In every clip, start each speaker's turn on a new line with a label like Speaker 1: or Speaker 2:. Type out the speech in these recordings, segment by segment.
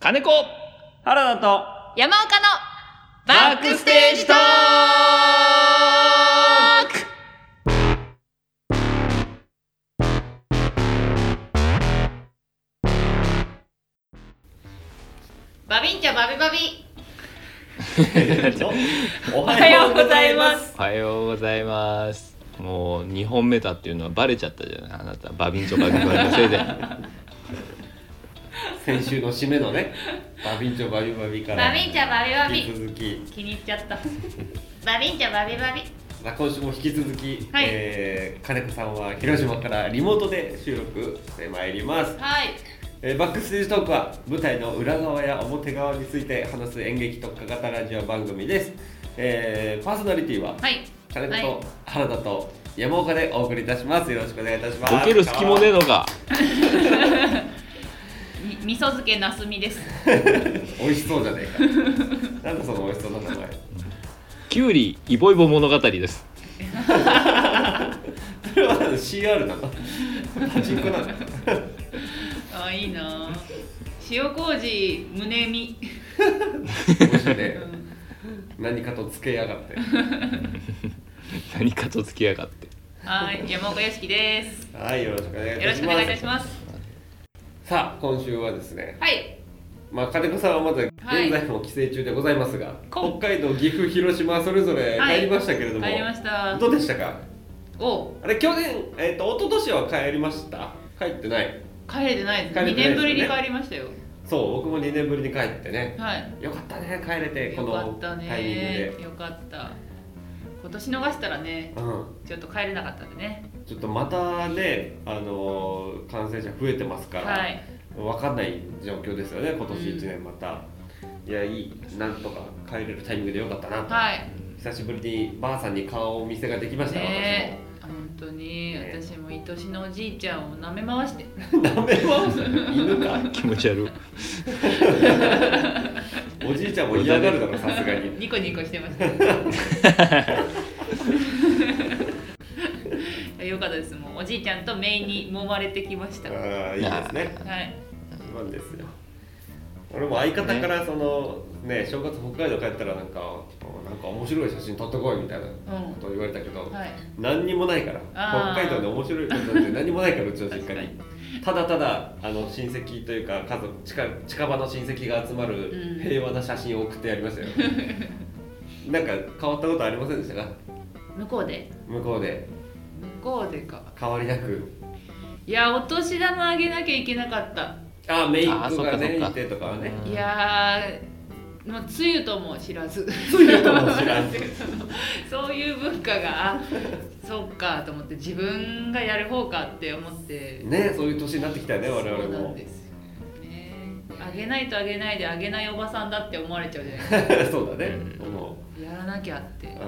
Speaker 1: 金子
Speaker 2: 原田と
Speaker 3: 山岡の
Speaker 1: バックステージトーク
Speaker 3: バビンチャバビバビ
Speaker 1: お
Speaker 3: おはようございます
Speaker 1: おはようございますもう2本目だっていうのはバレちゃったじゃないあなたバビンチョバビンバビのせいで
Speaker 2: 先週の締めのねバビンチョバビバビから
Speaker 3: バビンチャバビバビ
Speaker 2: 引き続き、
Speaker 3: 気に入っちゃった バビンチャバビバビ
Speaker 2: まあ、今週も引き続き、
Speaker 3: はい
Speaker 2: えー金子さんは広島からリモートで収録してまいります、
Speaker 3: はい
Speaker 2: えーバックステージトークは舞台の裏側や表側について話す演劇特化型ラジオ番組です、えーパーソナリティは
Speaker 3: はい
Speaker 2: 金子
Speaker 3: はい
Speaker 2: と原田と山岡でお送りいたしますよろしくお願いいたします
Speaker 1: ボケる隙もねえのか
Speaker 3: み味噌漬けなす みです
Speaker 2: 美味しそうじゃねえかなんだその美味しそうな名前
Speaker 1: キュウリイボイボ物語です
Speaker 2: それは CR なのパチンコなの
Speaker 3: あいいなぁ塩麹胸身
Speaker 2: 面白いね何かとつけやがって
Speaker 1: 何かと付きやがって
Speaker 3: はい山岡良樹です
Speaker 2: はいよろしくお願いい
Speaker 3: よろ
Speaker 2: た
Speaker 3: し
Speaker 2: し
Speaker 3: くお
Speaker 2: ます
Speaker 3: 願いいたします
Speaker 2: さあ今週はですね
Speaker 3: はい
Speaker 2: まあ金子さんはまだ
Speaker 3: はい
Speaker 2: 現在も帰省中でございますが、
Speaker 3: こ
Speaker 2: 北海道岐阜広島それぞれ
Speaker 3: はい
Speaker 2: 帰りましたけれども、
Speaker 3: 帰りました
Speaker 2: どうでしたか
Speaker 3: お
Speaker 2: あれ去年えっ、と一昨年は帰りました帰ってない
Speaker 3: 帰れてないです
Speaker 2: 帰れてないですよ
Speaker 3: 2
Speaker 2: ね
Speaker 3: 年ぶりに帰りましたよ
Speaker 2: そう僕も2年ぶりに帰ってね
Speaker 3: はい
Speaker 2: よかったね帰れてこ
Speaker 3: よかっ
Speaker 2: の
Speaker 3: た
Speaker 2: タイミング
Speaker 3: ね
Speaker 2: で、
Speaker 3: よかった今年逃したらね
Speaker 2: うん、
Speaker 3: ちょっと帰れなかったんでね
Speaker 2: ちょっとまたね、あのー感染者増えてますから、
Speaker 3: はい
Speaker 2: わかんない状況ですよね、今年
Speaker 3: うん
Speaker 2: 1年また。いや、いい、なんとか帰れるタイミングでよかったなと、
Speaker 3: はい
Speaker 2: 久しぶりにばあさんに顔をお見せができました、
Speaker 3: ね本当に
Speaker 2: ね
Speaker 3: 私も愛しのおじいちゃんを舐め回して
Speaker 2: 私も。 ダメは犬か、
Speaker 1: 気持ち悪い
Speaker 2: おじいちゃんも嫌がるだろ、さすがに。
Speaker 3: ニコニコしてました いやよかったですもうおじいちゃんと姪に揉まれてきましたは
Speaker 2: ああ、いいですね。
Speaker 3: い
Speaker 2: そうなんですよ。俺も相方からそのね正月北海道帰ったらなんかなんか面白い写真撮ってこいみたいなことを言われたけど、
Speaker 3: はい
Speaker 2: 何にもないから
Speaker 3: あー
Speaker 2: 北海道で面白いことなんて何もないからうちの実家
Speaker 3: 確
Speaker 2: に
Speaker 3: かに
Speaker 2: ただただあの親戚というか家族近近場の親戚が集ま
Speaker 3: う
Speaker 2: る
Speaker 3: ん
Speaker 2: 平和な写真を送ってやりましたよ、なんか変わったことありませんでしたか
Speaker 3: 向こうで
Speaker 2: 向こうで
Speaker 3: 向こうでか
Speaker 2: 変わりなく
Speaker 3: いやお年玉あげなきゃいけなかった
Speaker 2: ああメイ
Speaker 1: あー
Speaker 2: ク
Speaker 1: そっ
Speaker 2: が
Speaker 1: か
Speaker 2: ね
Speaker 1: そっか
Speaker 2: いてとかはね
Speaker 1: うん
Speaker 3: いやーもうつゆとも知らず
Speaker 2: つゆとも知らず
Speaker 3: そういう文化があそっかと思って自分がやる方かって思って
Speaker 2: ねそういう年になってきたよね我々
Speaker 3: そうな
Speaker 2: も
Speaker 3: んですよねあげないとあげないであげないおばさんだって思われちゃうじゃないですか
Speaker 2: そうだね、
Speaker 1: う
Speaker 2: も
Speaker 3: やらなきゃって
Speaker 2: う、うん、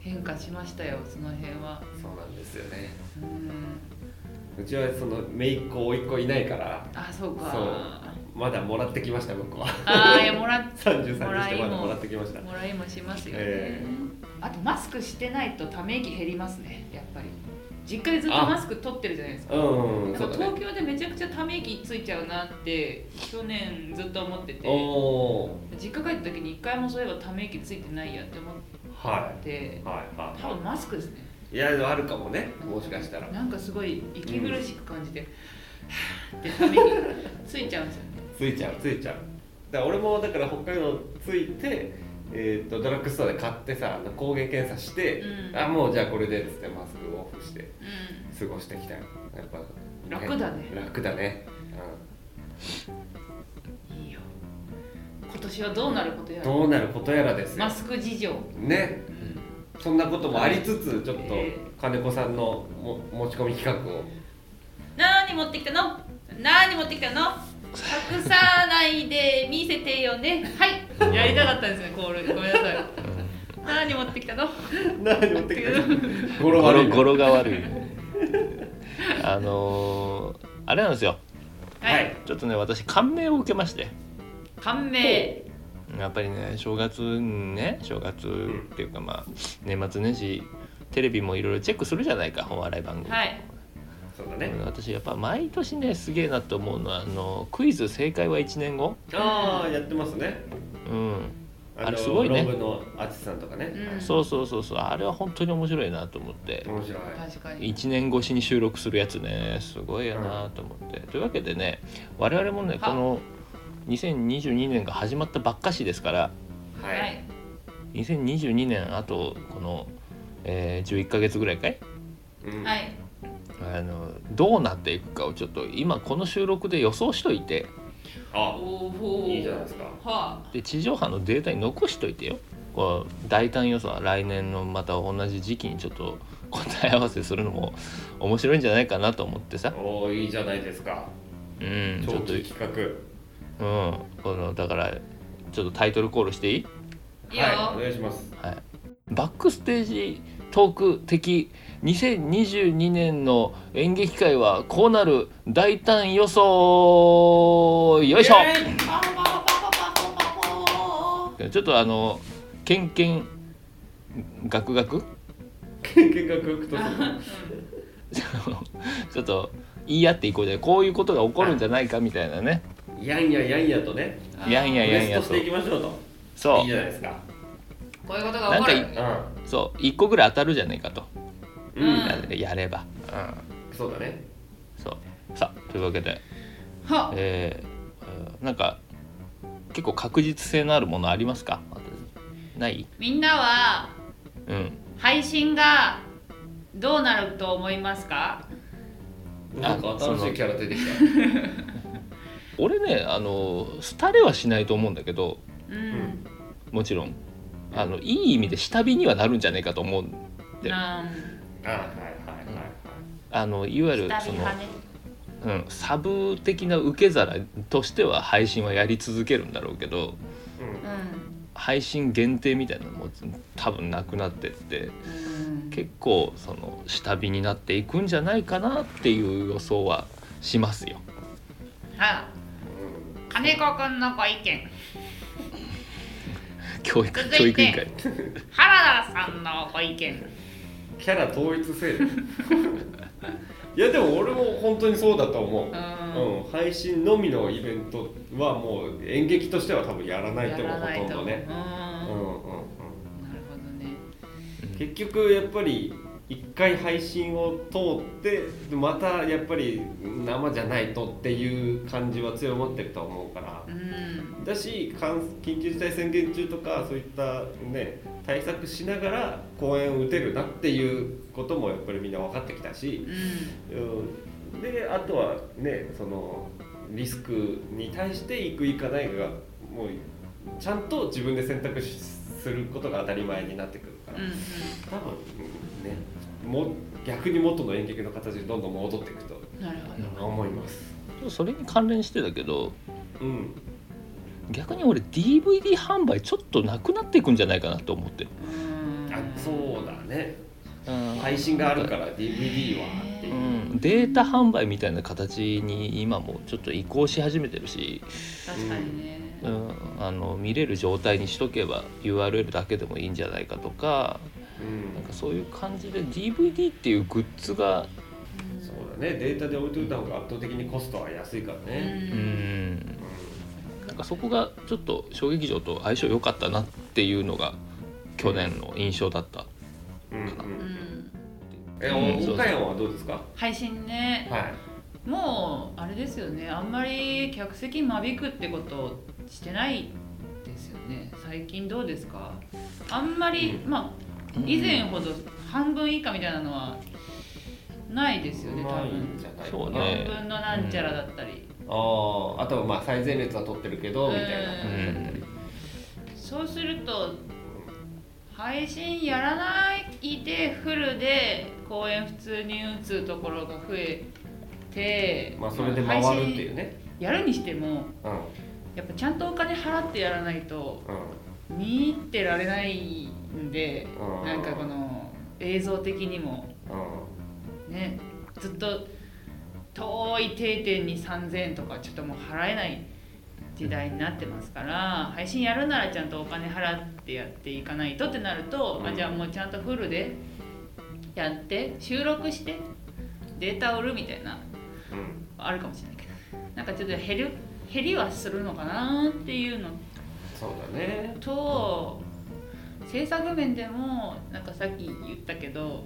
Speaker 3: 変化しましたよその辺は
Speaker 2: そうなんですよね
Speaker 3: うん
Speaker 2: うちはその姪っ子甥っ子いないから
Speaker 3: あそうか
Speaker 2: そうまだもらってきました僕は
Speaker 3: あーいやもらっ
Speaker 2: 33にして
Speaker 3: も
Speaker 2: ま
Speaker 3: らい
Speaker 2: だ
Speaker 3: も
Speaker 2: もらってきました
Speaker 3: もらいもしますよね、
Speaker 2: え
Speaker 3: あとマスクしてないとため息減りますねやっぱり実家でずっとマスク取ってるじゃないですか
Speaker 2: うん、
Speaker 3: なん
Speaker 2: そ
Speaker 3: か
Speaker 2: うだね
Speaker 3: 東京でめちゃくちゃため息ついちゃうなって去年ずっと思ってて
Speaker 2: おお
Speaker 3: 実家帰った時に一回もそういえばため息ついてないやって思っ
Speaker 2: ーは
Speaker 3: て
Speaker 2: いはいは
Speaker 3: 多分マスクですね
Speaker 2: いいやでもあるかもねもしかしたら
Speaker 3: なんかすごい息苦しく感じて、はぁーってため息ついちゃうんですよね
Speaker 2: ついちゃうついちゃうだから俺もだから北海道ついてえー、とドラッグストアで買ってさあの抗原検査して、
Speaker 3: うん
Speaker 2: あもうじゃあこれでっつってマスクオフして
Speaker 3: う
Speaker 2: 過ごしてきたよやっぱ、
Speaker 3: 楽だね
Speaker 2: 楽だね、
Speaker 3: んいいよ今年はどうなること
Speaker 2: う
Speaker 3: や
Speaker 2: ん、
Speaker 3: ら
Speaker 2: どうなることやらですよ
Speaker 3: マスク事情、う
Speaker 2: ね
Speaker 3: ん
Speaker 2: そんなこともありつつちょっと
Speaker 3: え
Speaker 2: 金子さんのも持ち込み企画を
Speaker 3: 何持ってきたの何持ってきたの隠さないで見せてよねはいやりたかったんですねコールごめんなさい何持ってきたの
Speaker 2: 何持ってきた
Speaker 1: ゴ
Speaker 2: ゴロ悪い
Speaker 1: ロ
Speaker 2: な
Speaker 1: ゴロが悪いあのー、あれなんですよ
Speaker 2: はい
Speaker 1: ちょっとね私感銘を受けまして
Speaker 3: 感銘
Speaker 1: やっぱりね正月にね正月っていうかまあ年末年始テレビもいろいろチェックするじゃないかお笑い番組、
Speaker 3: はい
Speaker 2: そうだね
Speaker 1: 私やっぱ毎年ねすげえなと思うのはあのクイズ正解は1年後、
Speaker 2: ああやってますね
Speaker 1: うん、
Speaker 2: の
Speaker 1: あれすごいね
Speaker 2: 論文のアーティストさんとかね、
Speaker 3: うん
Speaker 1: そうそうそうそうあれは本当に面白いなと思って
Speaker 2: 面白い
Speaker 3: 確かに
Speaker 1: 1年越しに収録するやつねすごいよなと思ってというわけでね我々もね
Speaker 3: は
Speaker 1: この2022年が始まったばっかしですから
Speaker 2: は、
Speaker 3: はいい
Speaker 1: 2022年あとこの、えー11ヶ月ぐらいかい
Speaker 2: うん
Speaker 3: はい
Speaker 1: あのどうなっていくかをちょっと今この収録で予想しといて
Speaker 2: あ
Speaker 3: おお
Speaker 2: いいじゃないですか
Speaker 3: は
Speaker 1: で地上波のデータに残しといてよこう大胆予想は来年のまた同じ時期にちょっと答え合わせするのも面白いんじゃないかなと思ってさ、
Speaker 2: おおいいじゃないですか
Speaker 1: うん、ちょ
Speaker 2: 長
Speaker 1: っと、う
Speaker 2: 期
Speaker 1: ん、
Speaker 2: 企画
Speaker 1: このだからちょっとタイトルコールしていい、
Speaker 3: いいいよ
Speaker 2: はいお願いします
Speaker 1: はい、バックステージトーク的2022年の演劇界はこうなる大胆予想よいしょ、
Speaker 2: イエーイ
Speaker 3: パパパパパパパパ
Speaker 1: ちょっとあのケンケンガクガク
Speaker 2: 計画をとする
Speaker 1: ちょっと言い合っていこうじゃないこういうことが起こるんじゃないかみたいなね
Speaker 2: やんややんやとね
Speaker 3: あー
Speaker 1: いやんや
Speaker 2: テ
Speaker 1: やんや
Speaker 2: ストし
Speaker 1: と
Speaker 2: ていきましょうと
Speaker 1: そ
Speaker 2: いいじ
Speaker 1: う
Speaker 2: ゃないですか
Speaker 3: こういうことが起こる
Speaker 1: なん
Speaker 2: う
Speaker 1: そう1個ぐらい当たるじゃないかと
Speaker 2: んうん、
Speaker 3: うん
Speaker 1: やれば、
Speaker 2: そうだね
Speaker 1: うん、そうさあというわけで
Speaker 3: は
Speaker 1: えー、なんか結構確実性のあるものありますかない
Speaker 3: みんなは
Speaker 1: うん
Speaker 3: 配信がどうなると思いますか
Speaker 1: あ
Speaker 2: なんか新しいキャラ出てきた
Speaker 1: 俺ねあの廃れはしないと思うんだけど
Speaker 3: うん
Speaker 1: もちろんあのいい意味で下火にはなるんじゃないかと思うんで
Speaker 3: うん
Speaker 2: あはいはいはいはい
Speaker 1: あのいわゆる
Speaker 3: 下火
Speaker 1: その
Speaker 3: 派ね
Speaker 1: うん、サブ的な受け皿としては配信はやり続けるんだろうけど
Speaker 2: うん
Speaker 1: 配信限定みたいなのも多分なくなってって
Speaker 3: うん
Speaker 1: 結構その下火になっていくんじゃないかなっていう予想はします よ。
Speaker 3: は金子くんのご意見
Speaker 1: 教育
Speaker 3: 続いて
Speaker 1: 教育委員会
Speaker 3: 原田さんのご意見
Speaker 2: うんキャラ統一せえ いやでも俺も本当にそうだと思う
Speaker 3: うん
Speaker 2: うん、配信のみのイベントはもう演劇としては多分やらない
Speaker 3: や
Speaker 2: と思うほ
Speaker 3: らない
Speaker 2: とん
Speaker 3: と
Speaker 2: どね
Speaker 3: う
Speaker 2: うんんうんうん
Speaker 3: なるほどね
Speaker 2: 結局やっぱり一回配信を通ってまたやっぱり生じゃないとっていう感じは強まってると思うから
Speaker 3: うん
Speaker 2: だし感緊急事態宣言中とかそういったね対策しながら公演を打てるなっていうこともやっぱりみんな分かってきたし
Speaker 3: う、ん
Speaker 2: うん、であとはねそのリスクに対して行く行かないがもうちゃんと自分で選択しすることが当たり前になってくるから、
Speaker 3: うん
Speaker 2: 多分、うんねも逆に元の演劇の形にどんどん戻っていくと
Speaker 3: うんなるほど
Speaker 2: 思います。
Speaker 1: それに関連してだけど
Speaker 2: うん、
Speaker 1: 逆に俺 DVD 販売ちょっとなくなっていくんじゃないかなと思ってる。
Speaker 3: うん
Speaker 2: あそうだね
Speaker 1: うん
Speaker 2: 配信があるから DVD はっていうう。
Speaker 1: ん、データ販売みたいな形に今もちょっと移行し始めてるし、
Speaker 3: 確かにね
Speaker 1: うん、あの見れる状態にしとけば URL だけでもいいんじゃないかとか
Speaker 2: うん
Speaker 1: なんかそういう感じで DVD っていうグッズが、
Speaker 2: そうだねデータで置いといた方が圧倒的にコストは安いから
Speaker 3: う
Speaker 2: ね、
Speaker 1: うんん、なんかそこがちょっと小劇場と相性良かったなっていうのが去年の印象だった。
Speaker 2: うんうんう、
Speaker 3: うんん
Speaker 2: え
Speaker 1: うん
Speaker 2: 岡山はどうですか
Speaker 3: 配信ね
Speaker 2: はい
Speaker 3: もうあれですよねあんまり客席間引くってことをしてないですよね最近どうですかあんまり、
Speaker 2: う
Speaker 3: まあ以前ほど半分以下みたいなのはないですよね多
Speaker 2: ないん
Speaker 3: 分
Speaker 2: じゃない
Speaker 1: そう
Speaker 3: 半
Speaker 1: ね
Speaker 3: 分のなんちゃらだったり、
Speaker 2: あーあとはまあ最前列は取ってるけどみたいな
Speaker 1: う
Speaker 2: 感じだったり
Speaker 1: ん
Speaker 3: そうすると配信やらないでフルで公演普通に打つところが増えて、
Speaker 2: まあそれで回るっていうね
Speaker 3: 配信やるにしても
Speaker 2: うんうん
Speaker 3: やっぱちゃんとお金払ってやらないと見入ってられないんで
Speaker 2: うん
Speaker 3: なんかこの映像的にも
Speaker 2: う
Speaker 3: ねずっと遠い定点に3,000円とかちょっともう払えない時代になってますから配信やるならちゃんとお金払ってやっていかないとってなると、
Speaker 2: うん
Speaker 3: あじゃあもうちゃんとフルでやって収録してデータを売るみたいな
Speaker 2: うん
Speaker 3: あるかもしれないけどなんかちょっと減る減りはするのかなっていうの
Speaker 2: そうだね
Speaker 3: と制作面でもなんかさっき言ったけど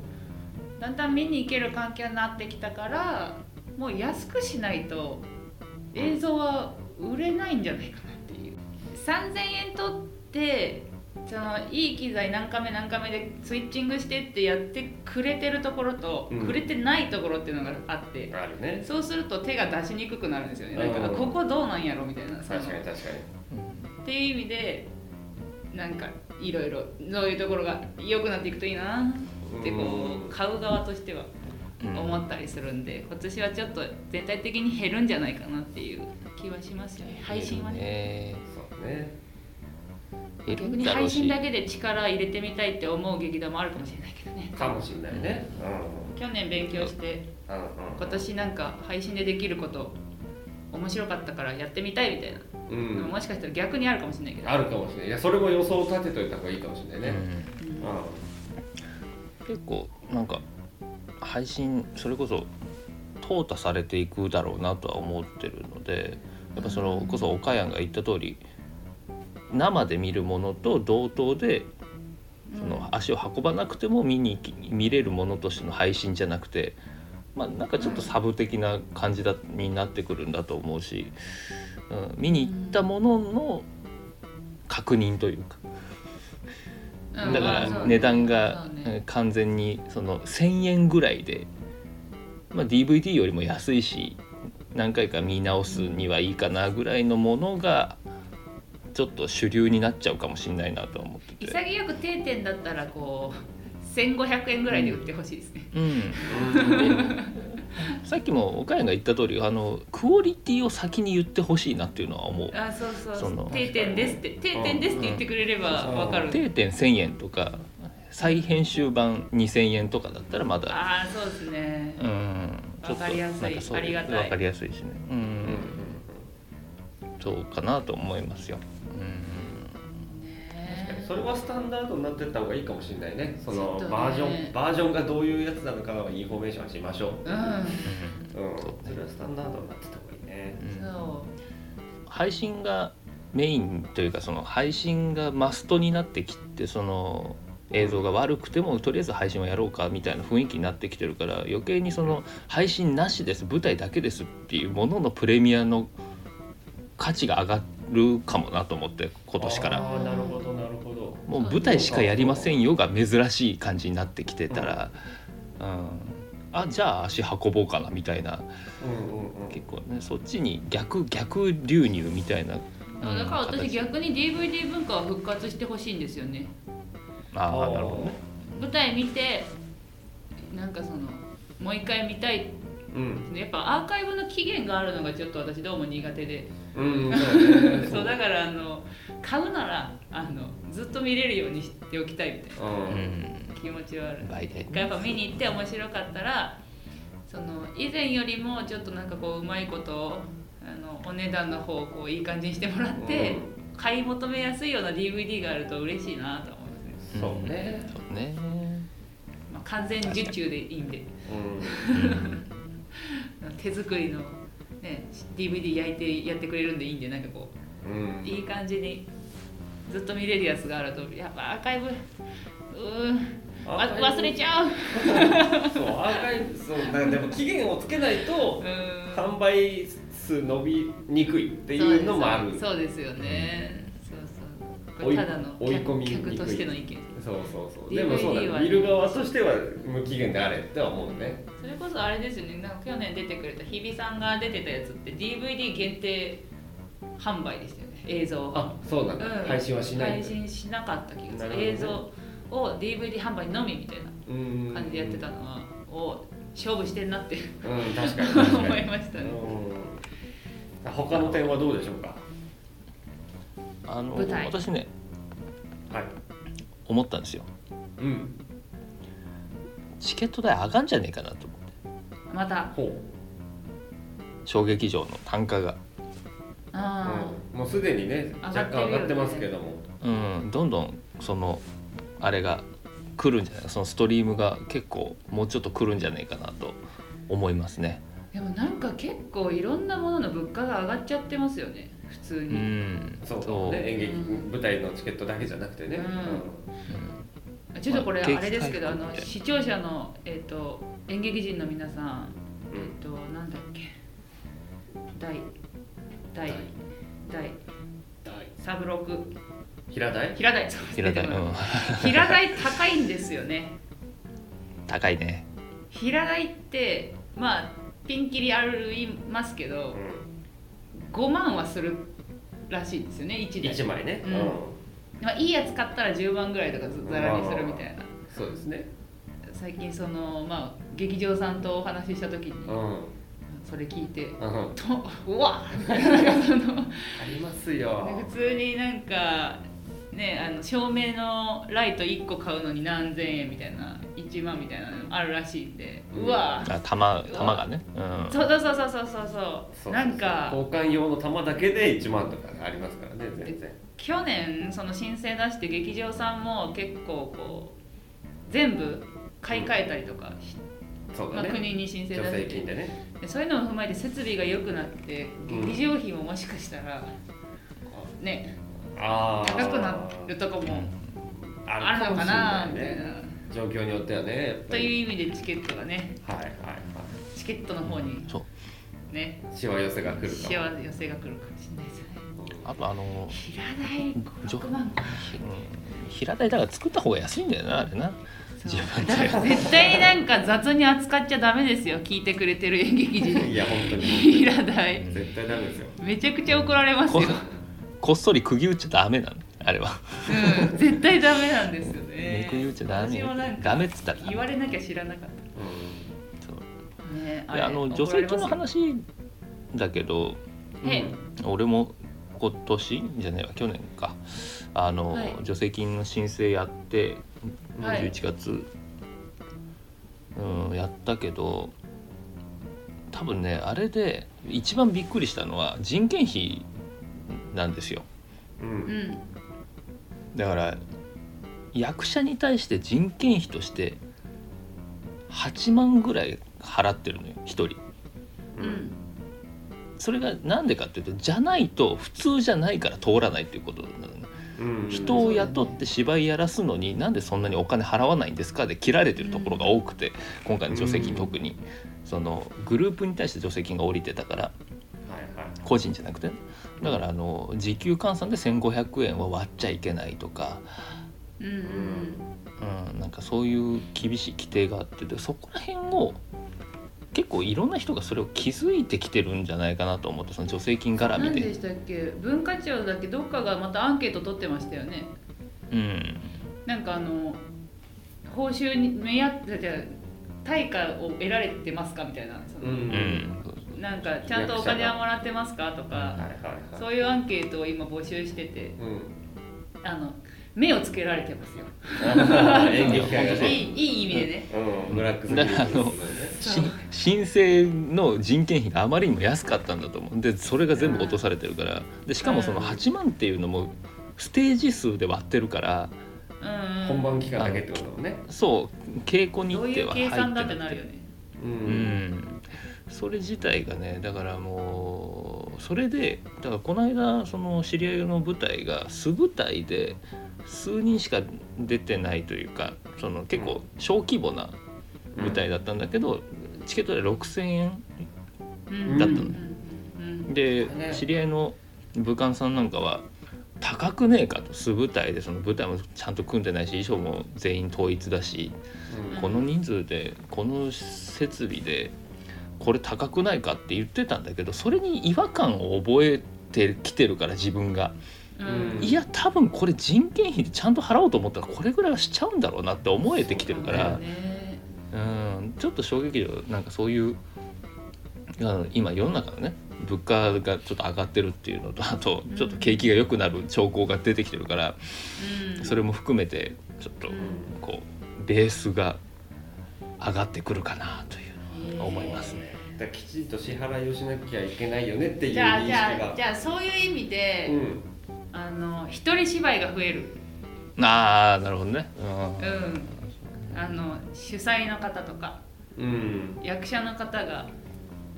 Speaker 3: だんだん見に行ける環境になってきたからもう安くしないと映像は売れないんじゃないかなっていう3000円取ってそのいい機材何回目何回目でスイッチングしてってやってくれてるところと、
Speaker 2: うん
Speaker 3: くれてないところっていうのがあって
Speaker 2: あるね
Speaker 3: そうすると手が出しにくくなるんですよねなんか
Speaker 2: うん
Speaker 3: ここどうなんやろみたいなその
Speaker 2: 確かに確かに
Speaker 3: っていう意味でなんかいろいろそういうところが良くなっていくといいなってこ
Speaker 2: うん
Speaker 3: う買う側としては
Speaker 1: うん
Speaker 3: 思ったりするんで今年はちょっと全体的に減るんじゃないかなっていう気はしますよね配信はね
Speaker 1: ね
Speaker 2: そうね
Speaker 1: え
Speaker 3: 逆に
Speaker 1: だろう
Speaker 3: 配
Speaker 1: し
Speaker 3: 信だけで力入れてみたいって思う劇団もあるかもしれないけどね
Speaker 2: かもしれないねうん
Speaker 3: 去年勉強して
Speaker 2: うんうん
Speaker 3: 今年なんか配信でできること面白かったからやってみたいみたいな、
Speaker 2: う
Speaker 3: のも
Speaker 2: ん
Speaker 3: もしかしたら逆にあるかもしれないけど
Speaker 2: あるかもしれないいやそれも予想を立てといた方がいいかもしれないね
Speaker 1: う
Speaker 3: うん
Speaker 2: うん
Speaker 1: 結構なんか配信それこそ淘汰されていくだろうなとは思ってるのでやっぱそのこそ岡山が言った通り生で見るものと同等でその足を運ばなくても見に行き見れるものとしての配信じゃなくて、まあ、なんかちょっとサブ的な感じだになってくるんだと思うし、うん、見に行ったものの確認というか
Speaker 3: うん
Speaker 1: だか
Speaker 3: うんそ
Speaker 1: ら
Speaker 3: う
Speaker 1: 値段が
Speaker 3: そうね
Speaker 1: えー完全にその1,000円ぐらいで、まあ、DVD よりも安いし何回か見直すにはいいかなぐらいのものがちょっと主流になっちゃうかもしれないなとは思ってて。
Speaker 3: 潔く定点だったらこう1500円ぐらいで売ってほしいですね、
Speaker 1: うん
Speaker 2: うん
Speaker 1: さっきも岡谷が言った通りあのクオリティを先に言ってほしいなっていうのは思う
Speaker 3: あそうそう
Speaker 1: その
Speaker 3: 定点ですって定点ですって言ってくれれば
Speaker 2: うん
Speaker 3: わかる、
Speaker 1: 定点1,000円とか再編集版2,000円とかだったらまだ
Speaker 3: ああそうですね
Speaker 1: うんちょっと
Speaker 3: わかりやすい
Speaker 1: なんかそう
Speaker 3: ありがたい
Speaker 1: わかりやすいしねうん、
Speaker 2: うん
Speaker 1: そうかなと思いますよ
Speaker 2: 確かにそれはスタンダードになってった方がいいかもしれないねそ
Speaker 3: ちょ
Speaker 2: の
Speaker 3: っとね
Speaker 2: バージョンバージョンがどういうやつなのかはインフォメーションしましょ
Speaker 3: うん、
Speaker 2: ううん
Speaker 1: そうね
Speaker 2: それはスタンダードになってった方がいいね
Speaker 1: うんうん
Speaker 3: そ
Speaker 1: 配信がメインというかその配信がマストになってきてその映像が悪くてもとりあえず配信はやろうかみたいな雰囲気になってきてるから余計にその配信なしです舞台だけですっていうもののプレミアの価値が上がるかもなと思って今年から
Speaker 2: あーなるほどなるほど
Speaker 1: もう舞台しかやりませんよが珍しい感じになってきてたら、うん、あじゃあ足運ぼうかなみたいな
Speaker 2: うんうんうん
Speaker 1: 結構ねそっちに逆逆流入みたいな
Speaker 3: う、だから
Speaker 1: うん
Speaker 3: 私
Speaker 1: 形
Speaker 3: 逆に DVD 文化は復活してほしいんですよね
Speaker 1: ああなるほどね
Speaker 3: 舞台見てなんかそのもう一回見たい
Speaker 2: うん
Speaker 3: やっぱアーカイブの期限があるのがちょっと私どうも苦手で
Speaker 2: うんそうね
Speaker 3: そうだからあの買うならあのずっと見れるようにしておきたいみたいな
Speaker 2: うん
Speaker 1: うん
Speaker 3: 気持ちはある
Speaker 1: 媒体
Speaker 3: やっぱ見に行って面白かったらその以前よりもちょっとなんかこううまいことあのお値段の方をこういい感じにしてもらって、買い求めやすいような DVD があると嬉しいなと思いますね、
Speaker 2: うんそうね
Speaker 1: そうね
Speaker 3: まあ、完全受注でいいんで
Speaker 1: うん
Speaker 3: 手作りの、ね、DVD 焼いてやってくれるんでいいんでなんかこ
Speaker 2: う
Speaker 3: う
Speaker 2: んうん
Speaker 3: いい感じにずっと見れるやつがあるとやっぱアーカイブうーんわ忘れちゃうう
Speaker 2: そうアーカイブそうだからでも期限をつけないと
Speaker 3: ーん
Speaker 2: 販売数伸びにくいっていうのもある
Speaker 3: そうですよねそうそうこ
Speaker 2: 追い
Speaker 3: れただの
Speaker 2: 追い込みに
Speaker 3: 客
Speaker 2: くい
Speaker 3: 客としての意見
Speaker 2: そうそうそう
Speaker 3: DVD
Speaker 2: でもそうだ、ね、
Speaker 3: は
Speaker 2: 見る側としては無期限であれっては思うね
Speaker 3: それこそあれですよねなんか去年出てくれた日比さんが出てたやつって DVD 限定販売でしたよね映像
Speaker 2: あそうなんだ、
Speaker 3: うん
Speaker 2: 配信はしない
Speaker 3: 配信しなかった気がす
Speaker 2: なる
Speaker 3: る
Speaker 2: ほどね
Speaker 3: 映像を DVD 販売のみみたいな感
Speaker 2: 感
Speaker 3: じでやってたのはを勝負してんなって
Speaker 2: うん確かに確かに
Speaker 3: 思 いましたね
Speaker 2: うん他の点はどうでしょうか
Speaker 1: あの
Speaker 3: 舞台
Speaker 1: 私ね
Speaker 2: はい
Speaker 1: 思ったんですよ
Speaker 2: うん
Speaker 1: チケット代上がんじゃねえかなと思って
Speaker 3: また
Speaker 2: ほう、
Speaker 1: 小劇場の単価が、
Speaker 3: あ
Speaker 2: うん、もうすでにね
Speaker 3: 上が
Speaker 2: 若
Speaker 3: ってる
Speaker 2: 干
Speaker 3: よね
Speaker 2: 上がってますけども、
Speaker 1: うん、どんどんそのあれが来るんじゃないかそのストリームが結構もうちょっと来るんじゃないかなと
Speaker 3: ー
Speaker 1: 思いますね。
Speaker 3: でもなんか結構いろんなものの物価が上がっちゃってますよね普通
Speaker 1: う
Speaker 3: に、
Speaker 1: ん、
Speaker 2: そうそうね演劇舞台のチケットだけじゃなくてね、
Speaker 3: うん
Speaker 1: う
Speaker 3: ちょっとこれ
Speaker 1: まあ景気
Speaker 3: あれですけどあ
Speaker 1: 回復
Speaker 3: の
Speaker 1: って
Speaker 3: 視聴者の、えー、と演劇人の皆さん
Speaker 2: うん
Speaker 3: えっと、なんだっけ第
Speaker 2: 大
Speaker 3: 第第
Speaker 2: 大
Speaker 3: サブロク
Speaker 2: 平台
Speaker 3: 平台そう
Speaker 1: 平たい、うん、
Speaker 3: 平台高いんですよね
Speaker 1: 高いね。
Speaker 3: 平台ってまあピンキリありますけど
Speaker 2: う
Speaker 3: 5万はするらしいんですよね1
Speaker 2: ん、
Speaker 3: 台
Speaker 2: 1枚ね、
Speaker 3: うんまあ、いいやつ買ったら10万ぐらいとかずっと並びするみたいな
Speaker 2: そうですね、
Speaker 3: 最近そのまあ劇場さんとお話しした時に
Speaker 2: うん
Speaker 3: それ聞いて
Speaker 2: うん、
Speaker 3: とうわっみたいなその
Speaker 2: ありますよ
Speaker 3: 普通になんかねあの照明のライト1個買うのに何千円みたいな1万みたいなのあるらしいんで
Speaker 2: うん
Speaker 3: うわ
Speaker 1: あ玉玉がね。うん。
Speaker 3: そうそうそうそうそうそうそうなんか
Speaker 2: 交換用の玉だけで1万とかありますからね全然
Speaker 3: 去年その申請出して劇場さんも結構こう全部買い替えたりとかし、
Speaker 2: そう
Speaker 3: ま
Speaker 2: だ
Speaker 3: あ、
Speaker 2: ね
Speaker 3: 国に申請
Speaker 2: 助
Speaker 3: 出
Speaker 2: 成
Speaker 3: し
Speaker 2: 金で
Speaker 3: て
Speaker 2: ね
Speaker 3: でそういうのを踏まえて設備が良くなって
Speaker 2: うん
Speaker 3: 劇場費ももしかしたらね
Speaker 2: あー
Speaker 3: 高くなるとこもあるのかなみたいな。
Speaker 2: 状況によってはねやっぱ
Speaker 3: と
Speaker 2: り
Speaker 3: いう意味でチケットがね
Speaker 2: はいはいは
Speaker 3: チケットの方に
Speaker 1: そう。
Speaker 3: ね
Speaker 2: いしわ寄せが来るかも
Speaker 3: 幸せ寄せが来るかもしれないですよね
Speaker 1: あとあの、
Speaker 3: 平台
Speaker 1: じょ
Speaker 3: 6万か
Speaker 1: うん、平たいだから作った方が安いんだよなあれな。
Speaker 3: そう
Speaker 1: 自分で
Speaker 3: だから絶対になんか雑に扱っちゃダメですよ聞いてくれてる演劇人
Speaker 2: いや本当に
Speaker 3: 平台
Speaker 2: 絶対ダメですよ
Speaker 3: めちゃくちゃ怒られますよ、
Speaker 1: こっそり釘打っちゃダメなのあれは。
Speaker 3: うん、絶対ダメなんですよね
Speaker 1: 釘打っちゃダメ
Speaker 3: 私もなん。
Speaker 1: ダ
Speaker 3: か
Speaker 1: メっつったらダメ。
Speaker 3: 言われなきゃ知らなかった
Speaker 2: う
Speaker 1: そう
Speaker 3: ね
Speaker 1: であの助成金の話だけど、
Speaker 2: ん
Speaker 3: え
Speaker 1: 俺も今年じゃねえわ去年かあの、
Speaker 3: はい
Speaker 1: 助成金の申請やって
Speaker 3: はい
Speaker 1: 21月、うん、やったけど多分ねあれで一番びっくりしたのは人件費なんですよ
Speaker 2: うん
Speaker 3: う
Speaker 2: うん
Speaker 3: ん
Speaker 1: だから役者に対して人件費として8万ぐらい払ってるのよ1人。
Speaker 3: う
Speaker 2: うん
Speaker 3: ん
Speaker 1: それがなんでかっていうとじゃないと普通じゃないから通らないっていうことなのね
Speaker 2: うん
Speaker 1: 人を雇って芝居やらすのになんでそんなにお金払わないんですかで切られてるところが多くて今回の助成金特にそのグループに対して助成金が降りてたから
Speaker 2: はいはい
Speaker 1: 個人じゃなくてねだからあの時給換算で1,500円は割っちゃいけないとか、
Speaker 3: うんうん
Speaker 1: うん、なんかそういう厳しい規定があってでそこら辺を結構いろんな人がそれを気づいてきてるんじゃないかなと思ってその助成金絡み
Speaker 3: 何
Speaker 1: で。
Speaker 3: でしたっけ文化庁だっけどっかがまたアンケート取ってましたよね
Speaker 1: うん
Speaker 3: なんかあの報酬に目合ってじゃあ対価を得られてますかみたいなその、
Speaker 2: うん
Speaker 1: うん
Speaker 3: なんかちゃんとお金はもらってますかと
Speaker 2: はい
Speaker 3: か、
Speaker 2: はいはい
Speaker 3: そういうアンケートを今募集してて
Speaker 2: うん
Speaker 3: あの目をつけられてますよ
Speaker 2: あー演劇界が
Speaker 1: そう
Speaker 2: ね
Speaker 3: いいいい意味でね、
Speaker 2: うんブラックス
Speaker 1: だからあの
Speaker 3: そう
Speaker 1: 申請の人件費があまりにも安かったんだと思うでそれが全部落とされてるからでしかもその
Speaker 3: うん
Speaker 1: 8万っていうのもステージ数で割ってるから
Speaker 3: うんうん
Speaker 2: 本番期間だけってことだもんね
Speaker 1: そう稽古日
Speaker 3: どうい
Speaker 1: 程
Speaker 3: う
Speaker 1: は入
Speaker 3: 計
Speaker 1: って
Speaker 3: 算だ
Speaker 1: な
Speaker 3: って
Speaker 1: く
Speaker 3: なるよ
Speaker 1: て
Speaker 3: ね
Speaker 2: う
Speaker 1: うんそれ自体がねだからもうそれでだからこの間その知り合いの舞台が素舞台で数人しか出てないというかその結構小規模な舞台だったんだけど、チケットで6,000円
Speaker 3: うん
Speaker 2: だった
Speaker 1: の
Speaker 3: うん
Speaker 1: で
Speaker 2: ね
Speaker 1: 知り合いの武漢さんなんかは「高くねえか」と素舞台でその舞台もちゃんと組んでないし衣装も全員統一だし
Speaker 2: うん
Speaker 1: この人数でこの設備でこれ高くないかって言ってたんだけどそれに違和感を覚えてきてるから自分が
Speaker 3: うん
Speaker 2: うん
Speaker 1: いや多分これ人件費でちゃんと払おうと思ったらこれぐらいはしちゃうんだろうなって思えてきてるか
Speaker 3: そうだ
Speaker 1: ら
Speaker 3: よ。ね
Speaker 1: うんちょっと衝撃場なんかそういうあの今世の中のね物価がちょっと上がってるっていうのとあと
Speaker 3: うん
Speaker 1: ちょっと景気が良くなる兆候が出てきてるから、
Speaker 3: うん
Speaker 1: それも含めてちょっとこうベースが上がってくるかなというのは思いますね。
Speaker 2: だからきちんと支払いをしなきゃいけないよねっていう
Speaker 3: じゃ
Speaker 2: 認
Speaker 3: あ
Speaker 2: 識
Speaker 3: じゃ
Speaker 2: が
Speaker 3: あじゃあそういう意味で、
Speaker 2: うん
Speaker 3: あの一人芝居が増える
Speaker 1: ああなるほどね。うん
Speaker 3: うんあの主催の方とか
Speaker 2: うん
Speaker 3: 役者の方が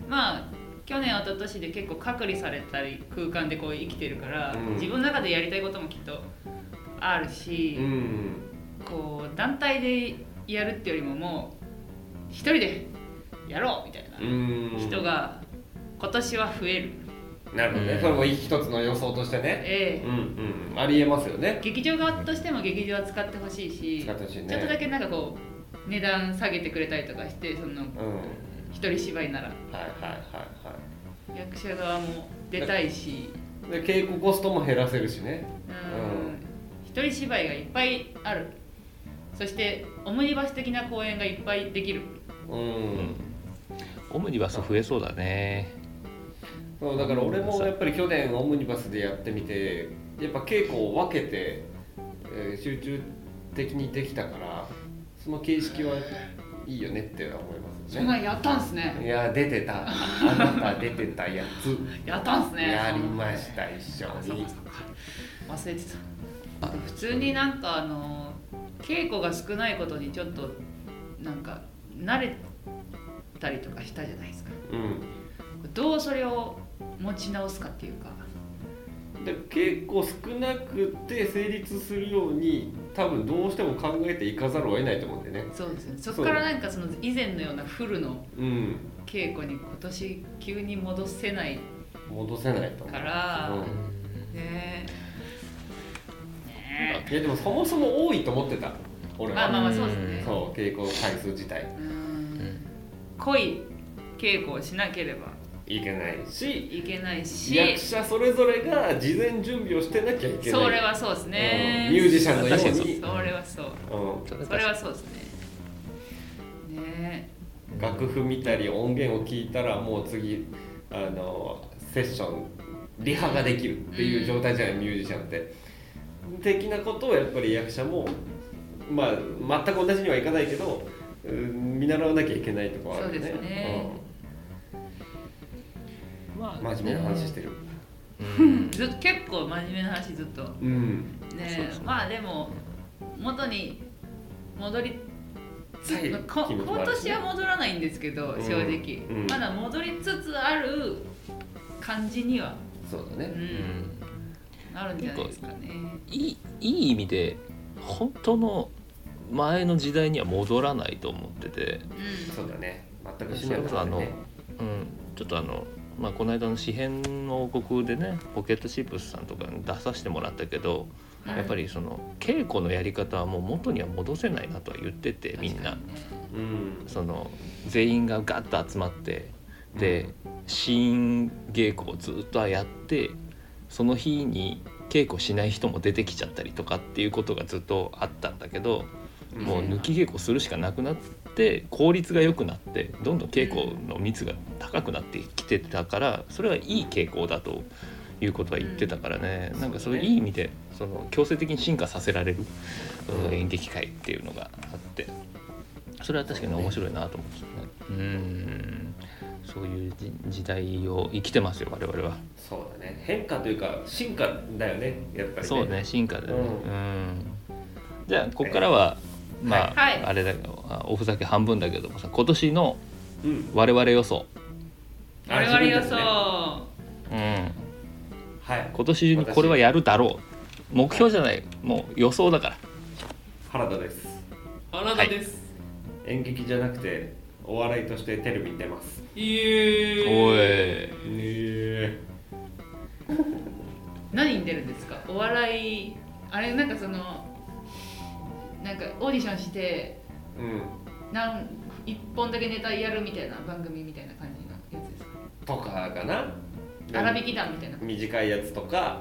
Speaker 3: まあ去年一昨年で結構隔離されたり空間でこう生きてるから、
Speaker 2: うん
Speaker 3: 自分の中でやりたいこともきっとあるし
Speaker 2: う、ん
Speaker 3: こう団体でやるってよりももう一人でやろうみたいな
Speaker 2: うん
Speaker 3: 人が今年は増える、
Speaker 2: なるほどね、
Speaker 1: うん
Speaker 2: それも一つの予想としてねう
Speaker 3: ええ
Speaker 2: んうんありえますよね
Speaker 3: 劇場側としても劇場は使ってほしいし、
Speaker 2: 使ってほしいね
Speaker 3: ちょっとだけなんかこう値段下げてくれたりとかしてその
Speaker 2: うん
Speaker 3: 一人芝居なら
Speaker 2: はいはいはいは
Speaker 3: 役者側も出たいし。
Speaker 2: いで稽古コストも減らせるしね
Speaker 3: うん一人芝居がいっぱいあるそしてオムニバス的な公演がいっぱいできる
Speaker 2: う
Speaker 1: うんん、オムニバス増えそうだね
Speaker 2: そうだから俺もやっぱり去年オムニバスでやってみてやっぱ稽古を分けて、えー集中的にできたからその形式はいいよねって思います
Speaker 3: そ
Speaker 2: よ
Speaker 3: ん
Speaker 2: ね
Speaker 3: なんやったんすね
Speaker 2: いや出てたあなた出てたやつ、
Speaker 3: やったんすね
Speaker 2: やりました一
Speaker 3: あ
Speaker 2: 緒
Speaker 3: そう
Speaker 2: に
Speaker 3: かそうか忘れてた普通になんかあの稽古が少ないことにちょっとなんか慣れたりとかしたじゃないですか
Speaker 2: うん
Speaker 3: どうそれを持ち直すかっていうか
Speaker 2: で稽古少なくて成立するように多分どうしても考えていかざるを得ないと思うんだよね
Speaker 3: そうですねそこからなんかその以前のようなフルの
Speaker 2: うん
Speaker 3: 稽古に今年急に戻せない
Speaker 2: 戻せないと思う
Speaker 3: から
Speaker 2: うん
Speaker 3: ねえね
Speaker 2: いやでもそもそも多いと思ってた俺
Speaker 3: え
Speaker 2: は、
Speaker 3: まあまあまあそうですね
Speaker 2: そう稽古回数自体
Speaker 3: う
Speaker 1: うんん
Speaker 3: 濃い稽古をしなければ
Speaker 2: いけないし
Speaker 3: いけないし
Speaker 2: 役者それぞれが事前準備をしてなきゃいけない
Speaker 3: それはそうですね、
Speaker 2: うんミュージシャン
Speaker 1: のように
Speaker 3: それはそう
Speaker 2: うん
Speaker 3: それはそうですねね
Speaker 2: 楽譜見たり音源を聞いたらもう次あのセッションリハができるっていう状態じゃない、ミュージシャンって。的なことをやっぱり役者もまあ全く同じにはいかないけどうん見習わなきゃいけないとこはあるよね。
Speaker 3: そうですね
Speaker 1: ま
Speaker 2: うん真面目な話してる。
Speaker 1: うん
Speaker 3: ず結構真面目な話ずっと
Speaker 2: うん。
Speaker 1: そう
Speaker 3: ね
Speaker 1: そう
Speaker 3: まあでも元に戻りつ
Speaker 2: はい
Speaker 3: こ
Speaker 2: 気持ちもあ
Speaker 3: 今
Speaker 2: るし
Speaker 3: 年は戻らないんですけど
Speaker 2: うん
Speaker 3: 正直、
Speaker 2: うん
Speaker 3: まだ戻りつつある感じには、
Speaker 2: そうだ
Speaker 3: う
Speaker 2: ね。
Speaker 3: ん、なるんじゃないですかね。
Speaker 1: いいいい意味で本当の前の時代には戻らないと思ってて、
Speaker 2: そうだね。全くし
Speaker 1: そ
Speaker 2: な
Speaker 1: れ
Speaker 2: い
Speaker 1: こそあの
Speaker 2: ね。
Speaker 1: うん、ちょっとあの、まあ、この間の「詩編の王国」でねポケットシップスさんとかに出させてもらったけど
Speaker 3: うん
Speaker 1: やっぱりその稽古のやり方はもう元には戻せないなとは言っててみんな。
Speaker 2: うん。
Speaker 1: その全員がガッと集まってで死因稽古をずっとやってその日に稽古しない人も出てきちゃったりとかっていうことがずっとあったんだけど
Speaker 2: うん
Speaker 1: もう抜き稽古するしかなくなって効率が良くなってどんどん稽古の密が高くなってきてたからそれはいい傾向だということは言ってたからね
Speaker 2: うん
Speaker 1: なんかそういういい意味でその強制的に進化させられる
Speaker 2: うん
Speaker 1: うん演劇界っていうのがあってそれは確かに面白いなと思って、ね、うんそういう時時代を生きてますよ我々は。
Speaker 2: そうだね。変化というか進化だよね。やっぱりね。
Speaker 1: そうね進化だよね、
Speaker 2: う
Speaker 1: うんじゃあここからは、まあ、
Speaker 3: はい
Speaker 1: あれだけどあおふざけ半分だけどもさ今年の
Speaker 2: うん。
Speaker 1: 我々予想、
Speaker 2: あ
Speaker 3: 我々予
Speaker 2: 自分たちね
Speaker 3: 想、
Speaker 1: うん、
Speaker 2: はい。
Speaker 1: 今年にこれはやるだろう目標じゃないもう予想だから
Speaker 2: 原田です
Speaker 3: あなたです。
Speaker 2: 演劇じゃなくてお笑いとしてテレビに出ますね
Speaker 3: い、え
Speaker 1: おい
Speaker 2: え
Speaker 3: 何に出るんですかお笑いあれなんかそのなんかオーディションして
Speaker 2: うん
Speaker 3: なん一本だけネタやるみたいな番組みたいな感じのやつですか
Speaker 2: とかかな
Speaker 3: 粗引き団みたいな、
Speaker 2: 短いやつとか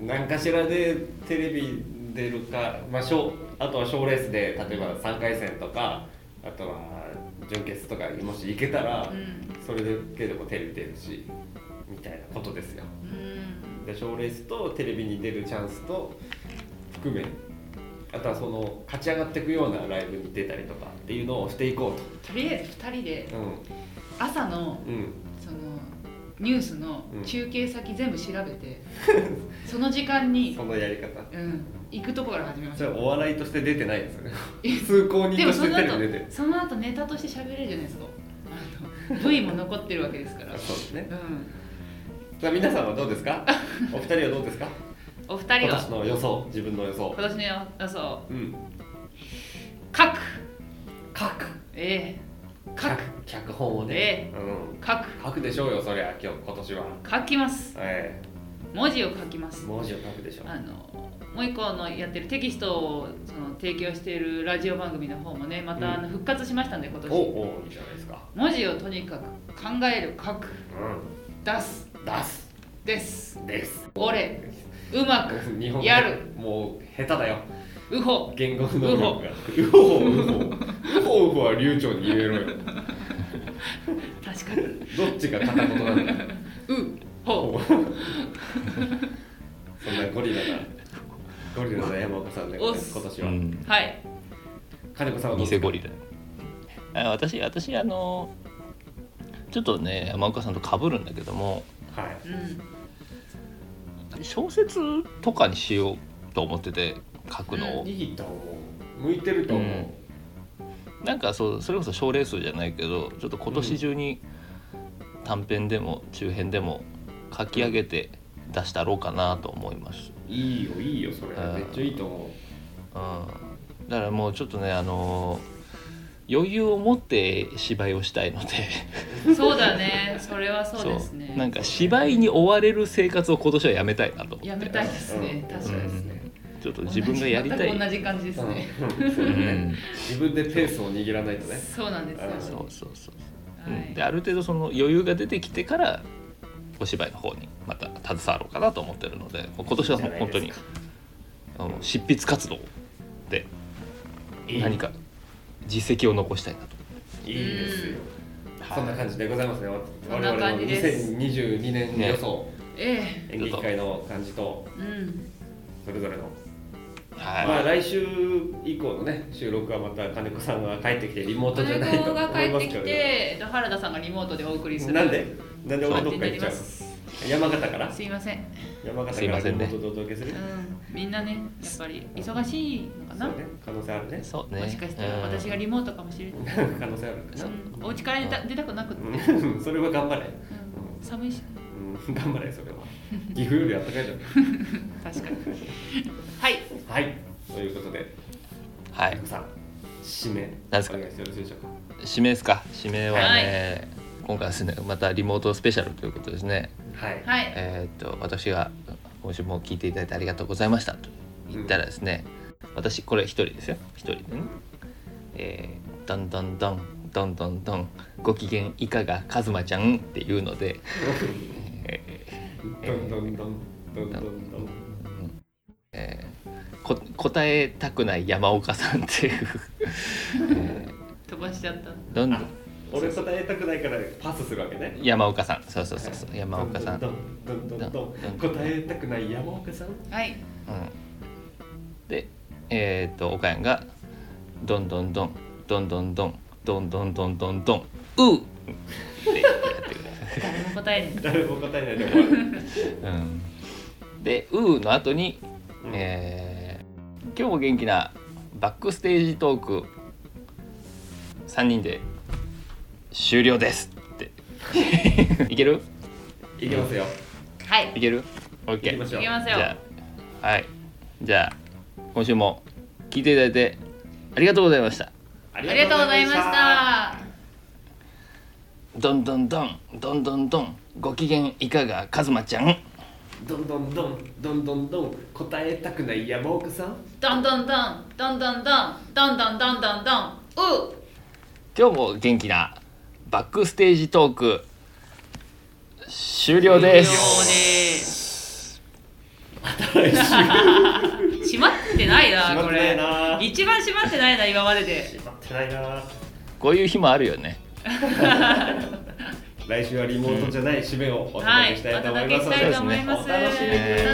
Speaker 3: う
Speaker 2: 何かしらでテレビ出るか、まあ、賞あとは賞レースで例えば3回戦とかあとは準決とかにもし行けたら、
Speaker 3: んうん
Speaker 2: それだけでもテレビ出るしみたいなことですよ
Speaker 3: うん
Speaker 2: で賞レースとテレビに出るチャンスと含めあとはその勝ち上がっていくようなライブに出たりとかっていうのをしていこう
Speaker 3: とりあえず2人で
Speaker 2: と、う
Speaker 3: 朝の
Speaker 2: んうん、
Speaker 3: そのニュースの中継先全部調べて、 その時間に、
Speaker 2: そのやり方
Speaker 3: うん、行くとこから始めまし
Speaker 2: そ
Speaker 3: た
Speaker 2: れお笑いとして出てないです よね通行
Speaker 3: で
Speaker 2: 人
Speaker 3: も
Speaker 2: と
Speaker 3: そ
Speaker 2: して
Speaker 3: の
Speaker 2: テレビ出て
Speaker 3: 後
Speaker 2: る
Speaker 3: その後ネタとして喋れるじゃないで すかあの V も残ってるわけですから
Speaker 2: あ、そうですね
Speaker 3: うん、
Speaker 2: じゃあ皆さんはどうですかお二人はどうですか
Speaker 3: お二人
Speaker 2: 今
Speaker 3: は
Speaker 2: 年の予想自分の予想
Speaker 3: 今年の予想
Speaker 2: うん
Speaker 3: 書く
Speaker 2: 書く
Speaker 3: ええ書
Speaker 2: 脚
Speaker 3: く
Speaker 2: 脚本をね、う
Speaker 3: 書く
Speaker 2: ん、書くでしょうよそりゃ今日今年は
Speaker 3: 書きます
Speaker 2: え
Speaker 3: 文字を書きま
Speaker 2: え
Speaker 3: す
Speaker 2: 文字を書くでしょう
Speaker 3: あのもう一個のやってるテキストをその提供しているラジオ番組の方もねまたあの復活しましたんで今
Speaker 2: お
Speaker 3: 年、
Speaker 2: おいいじゃないですか
Speaker 3: 文字をとにかく考える書く
Speaker 2: う
Speaker 3: 出す
Speaker 2: ん出す
Speaker 3: です
Speaker 2: です
Speaker 3: 俺うまく
Speaker 2: 日本語
Speaker 3: やる
Speaker 2: もう下手だよ
Speaker 3: うほ
Speaker 2: 言語能力がうほうほうほうほは流暢に言えろよ
Speaker 3: 確かに
Speaker 2: どっちが片言なん だよ
Speaker 3: うほ
Speaker 2: そんなゴリラなゴリラの山岡さんで今
Speaker 3: おっ
Speaker 2: 年
Speaker 1: う
Speaker 2: は、
Speaker 1: ん
Speaker 3: はい
Speaker 2: 金子さんはどう
Speaker 1: 偽
Speaker 2: ですか
Speaker 1: ゴリラあ私私あのちょっとね山岡さんとかぶるんだけども
Speaker 2: はい
Speaker 3: うん
Speaker 1: 小説とかにしようと思ってて書くのを、
Speaker 2: いいと思う向いてると思う、
Speaker 1: なんかそうそれこそ賞レースじゃないけどちょっと今年中に短編でも中編でも書き上げて出したろうかなと思います、
Speaker 2: いいよいいよそれ
Speaker 1: うん
Speaker 2: めっちゃいいと思う
Speaker 1: うん、だからもうちょっとねあの余裕を持って芝居をしたいので
Speaker 3: そうだねそれはそうですね
Speaker 1: なんか芝居に追われる生活を今年はやめたいなと思って
Speaker 3: やめたいですね、
Speaker 2: うん
Speaker 3: 確かにですね、
Speaker 1: ちょっと自分がやりたい
Speaker 3: 同じ全く同じ感じですね、
Speaker 2: うんそう
Speaker 1: う
Speaker 2: だね
Speaker 1: ん
Speaker 2: 自分でペースを握らないとね
Speaker 3: そうなんですよ、
Speaker 2: うん
Speaker 1: そうそうそう
Speaker 3: は
Speaker 1: うん
Speaker 3: い
Speaker 1: である程度その余裕が出てきてからお芝居の方にまた携わろうかなと思ってるのでもう今年はもう本当
Speaker 2: いい
Speaker 1: に
Speaker 2: じ
Speaker 1: あの執筆活動で
Speaker 2: いい
Speaker 1: 何か実績を残したいなと。
Speaker 2: いいですよそんな感じでございますね
Speaker 3: そ
Speaker 2: 我
Speaker 3: ん
Speaker 2: 々
Speaker 3: な
Speaker 2: の
Speaker 3: 感じです
Speaker 2: 2022年予想
Speaker 3: え
Speaker 2: 演劇界の感じと
Speaker 3: えうん
Speaker 2: それぞれの
Speaker 1: はい
Speaker 2: まあ来週以降のね収録はまた金子さんが帰ってきてリモートじゃないと
Speaker 3: 子が
Speaker 2: 思
Speaker 3: 帰
Speaker 2: い
Speaker 3: っ
Speaker 2: ま
Speaker 3: て
Speaker 2: す
Speaker 3: き
Speaker 2: け
Speaker 3: て、
Speaker 2: れ
Speaker 3: えっと原田さんがリモートでお送りす
Speaker 2: ど
Speaker 3: る
Speaker 2: なんでなんで
Speaker 1: そう
Speaker 2: 俺
Speaker 3: 感
Speaker 2: どっ
Speaker 3: じに
Speaker 2: か
Speaker 3: な
Speaker 2: 行っちゃう
Speaker 3: ります
Speaker 2: 山形から
Speaker 3: すいません、
Speaker 2: 山形
Speaker 1: すい
Speaker 2: か
Speaker 1: ま
Speaker 2: ら
Speaker 1: せ
Speaker 2: リ
Speaker 1: ん
Speaker 2: モ
Speaker 1: ね
Speaker 2: ートでお届けす
Speaker 3: う
Speaker 2: る
Speaker 3: ん、みんなねやっぱり忙しいのか
Speaker 2: そ
Speaker 3: な、
Speaker 2: うね可能性あるね
Speaker 1: そうね
Speaker 3: もしかしたら私がリモートかもしれない、
Speaker 2: 可能性あるか
Speaker 3: うん、お家から出た出たくなくって、うん、
Speaker 2: なうんそ れは頑張れ
Speaker 3: 寒いし
Speaker 2: うん頑張れそれは岐阜より暖かいだろ
Speaker 3: 確 かにはい
Speaker 2: はいということで
Speaker 1: は
Speaker 2: 金
Speaker 1: い
Speaker 2: 子さん締め
Speaker 1: 何ですか
Speaker 2: お願いしてよろしいでしょうか
Speaker 1: 指名ですか指名はね、今回はですねまたリモートスペシャルということですね
Speaker 2: はい
Speaker 3: はい
Speaker 1: えーっと私が「今週も聞いていただいてありがとうございました」と言ったらですね、私これ一人ですよ一人でねえー、どんどんどんどんどんどんご機嫌いかがカズマちゃんっていうので、
Speaker 2: どんどんどんどんどん
Speaker 1: う
Speaker 2: どん
Speaker 1: んえーこ答えたくない山岡さんっていう
Speaker 3: 飛ばしちゃった
Speaker 1: どんどん
Speaker 2: あ俺答えたくないからパスするわけね
Speaker 1: 山岡さんそうそうそうそう山岡さん
Speaker 2: どんどんどんどんどん答えたくない山岡さん
Speaker 3: はい
Speaker 1: うんでえっと岡山がどんどんどんどんどんどんどんどんどんどんどんうーってやってく
Speaker 3: 誰も答えない
Speaker 2: 誰も答えないで終わる
Speaker 1: れる、うん、でうーの後に、
Speaker 2: うん
Speaker 1: えー今日も元気なバックステージトーク3人で終了ですって いける
Speaker 2: いきますよ
Speaker 3: はい
Speaker 1: いける
Speaker 2: いき
Speaker 1: ?OK
Speaker 2: ましょう
Speaker 3: いきますよ
Speaker 1: じゃあはいじゃあ今週も聞いていただいてありがとうございました
Speaker 2: あ
Speaker 3: ありがとうございました
Speaker 1: どんどんどんどんどんどんご機嫌いかがカズマちゃん
Speaker 2: どんどんどんどんどんどん答えたくない山岡さん
Speaker 3: どんどんどんどんどんどんどんどんどんどんどんう
Speaker 1: 今日も元気なバックステージトーク終了で
Speaker 3: よ
Speaker 1: す
Speaker 3: うで閉まってないな
Speaker 2: 閉ま
Speaker 3: こ
Speaker 2: ってない
Speaker 3: れ
Speaker 2: な
Speaker 3: 一番閉まってないな今までで
Speaker 2: 待ってないな
Speaker 1: こういう日もあるよね
Speaker 2: 来週はリモートじゃない締めをお
Speaker 3: は
Speaker 2: 届
Speaker 3: い
Speaker 2: け
Speaker 3: お
Speaker 2: したいと思い
Speaker 3: 届
Speaker 2: ますの
Speaker 3: けし
Speaker 2: で
Speaker 3: たいと思います
Speaker 2: お楽しみに
Speaker 1: え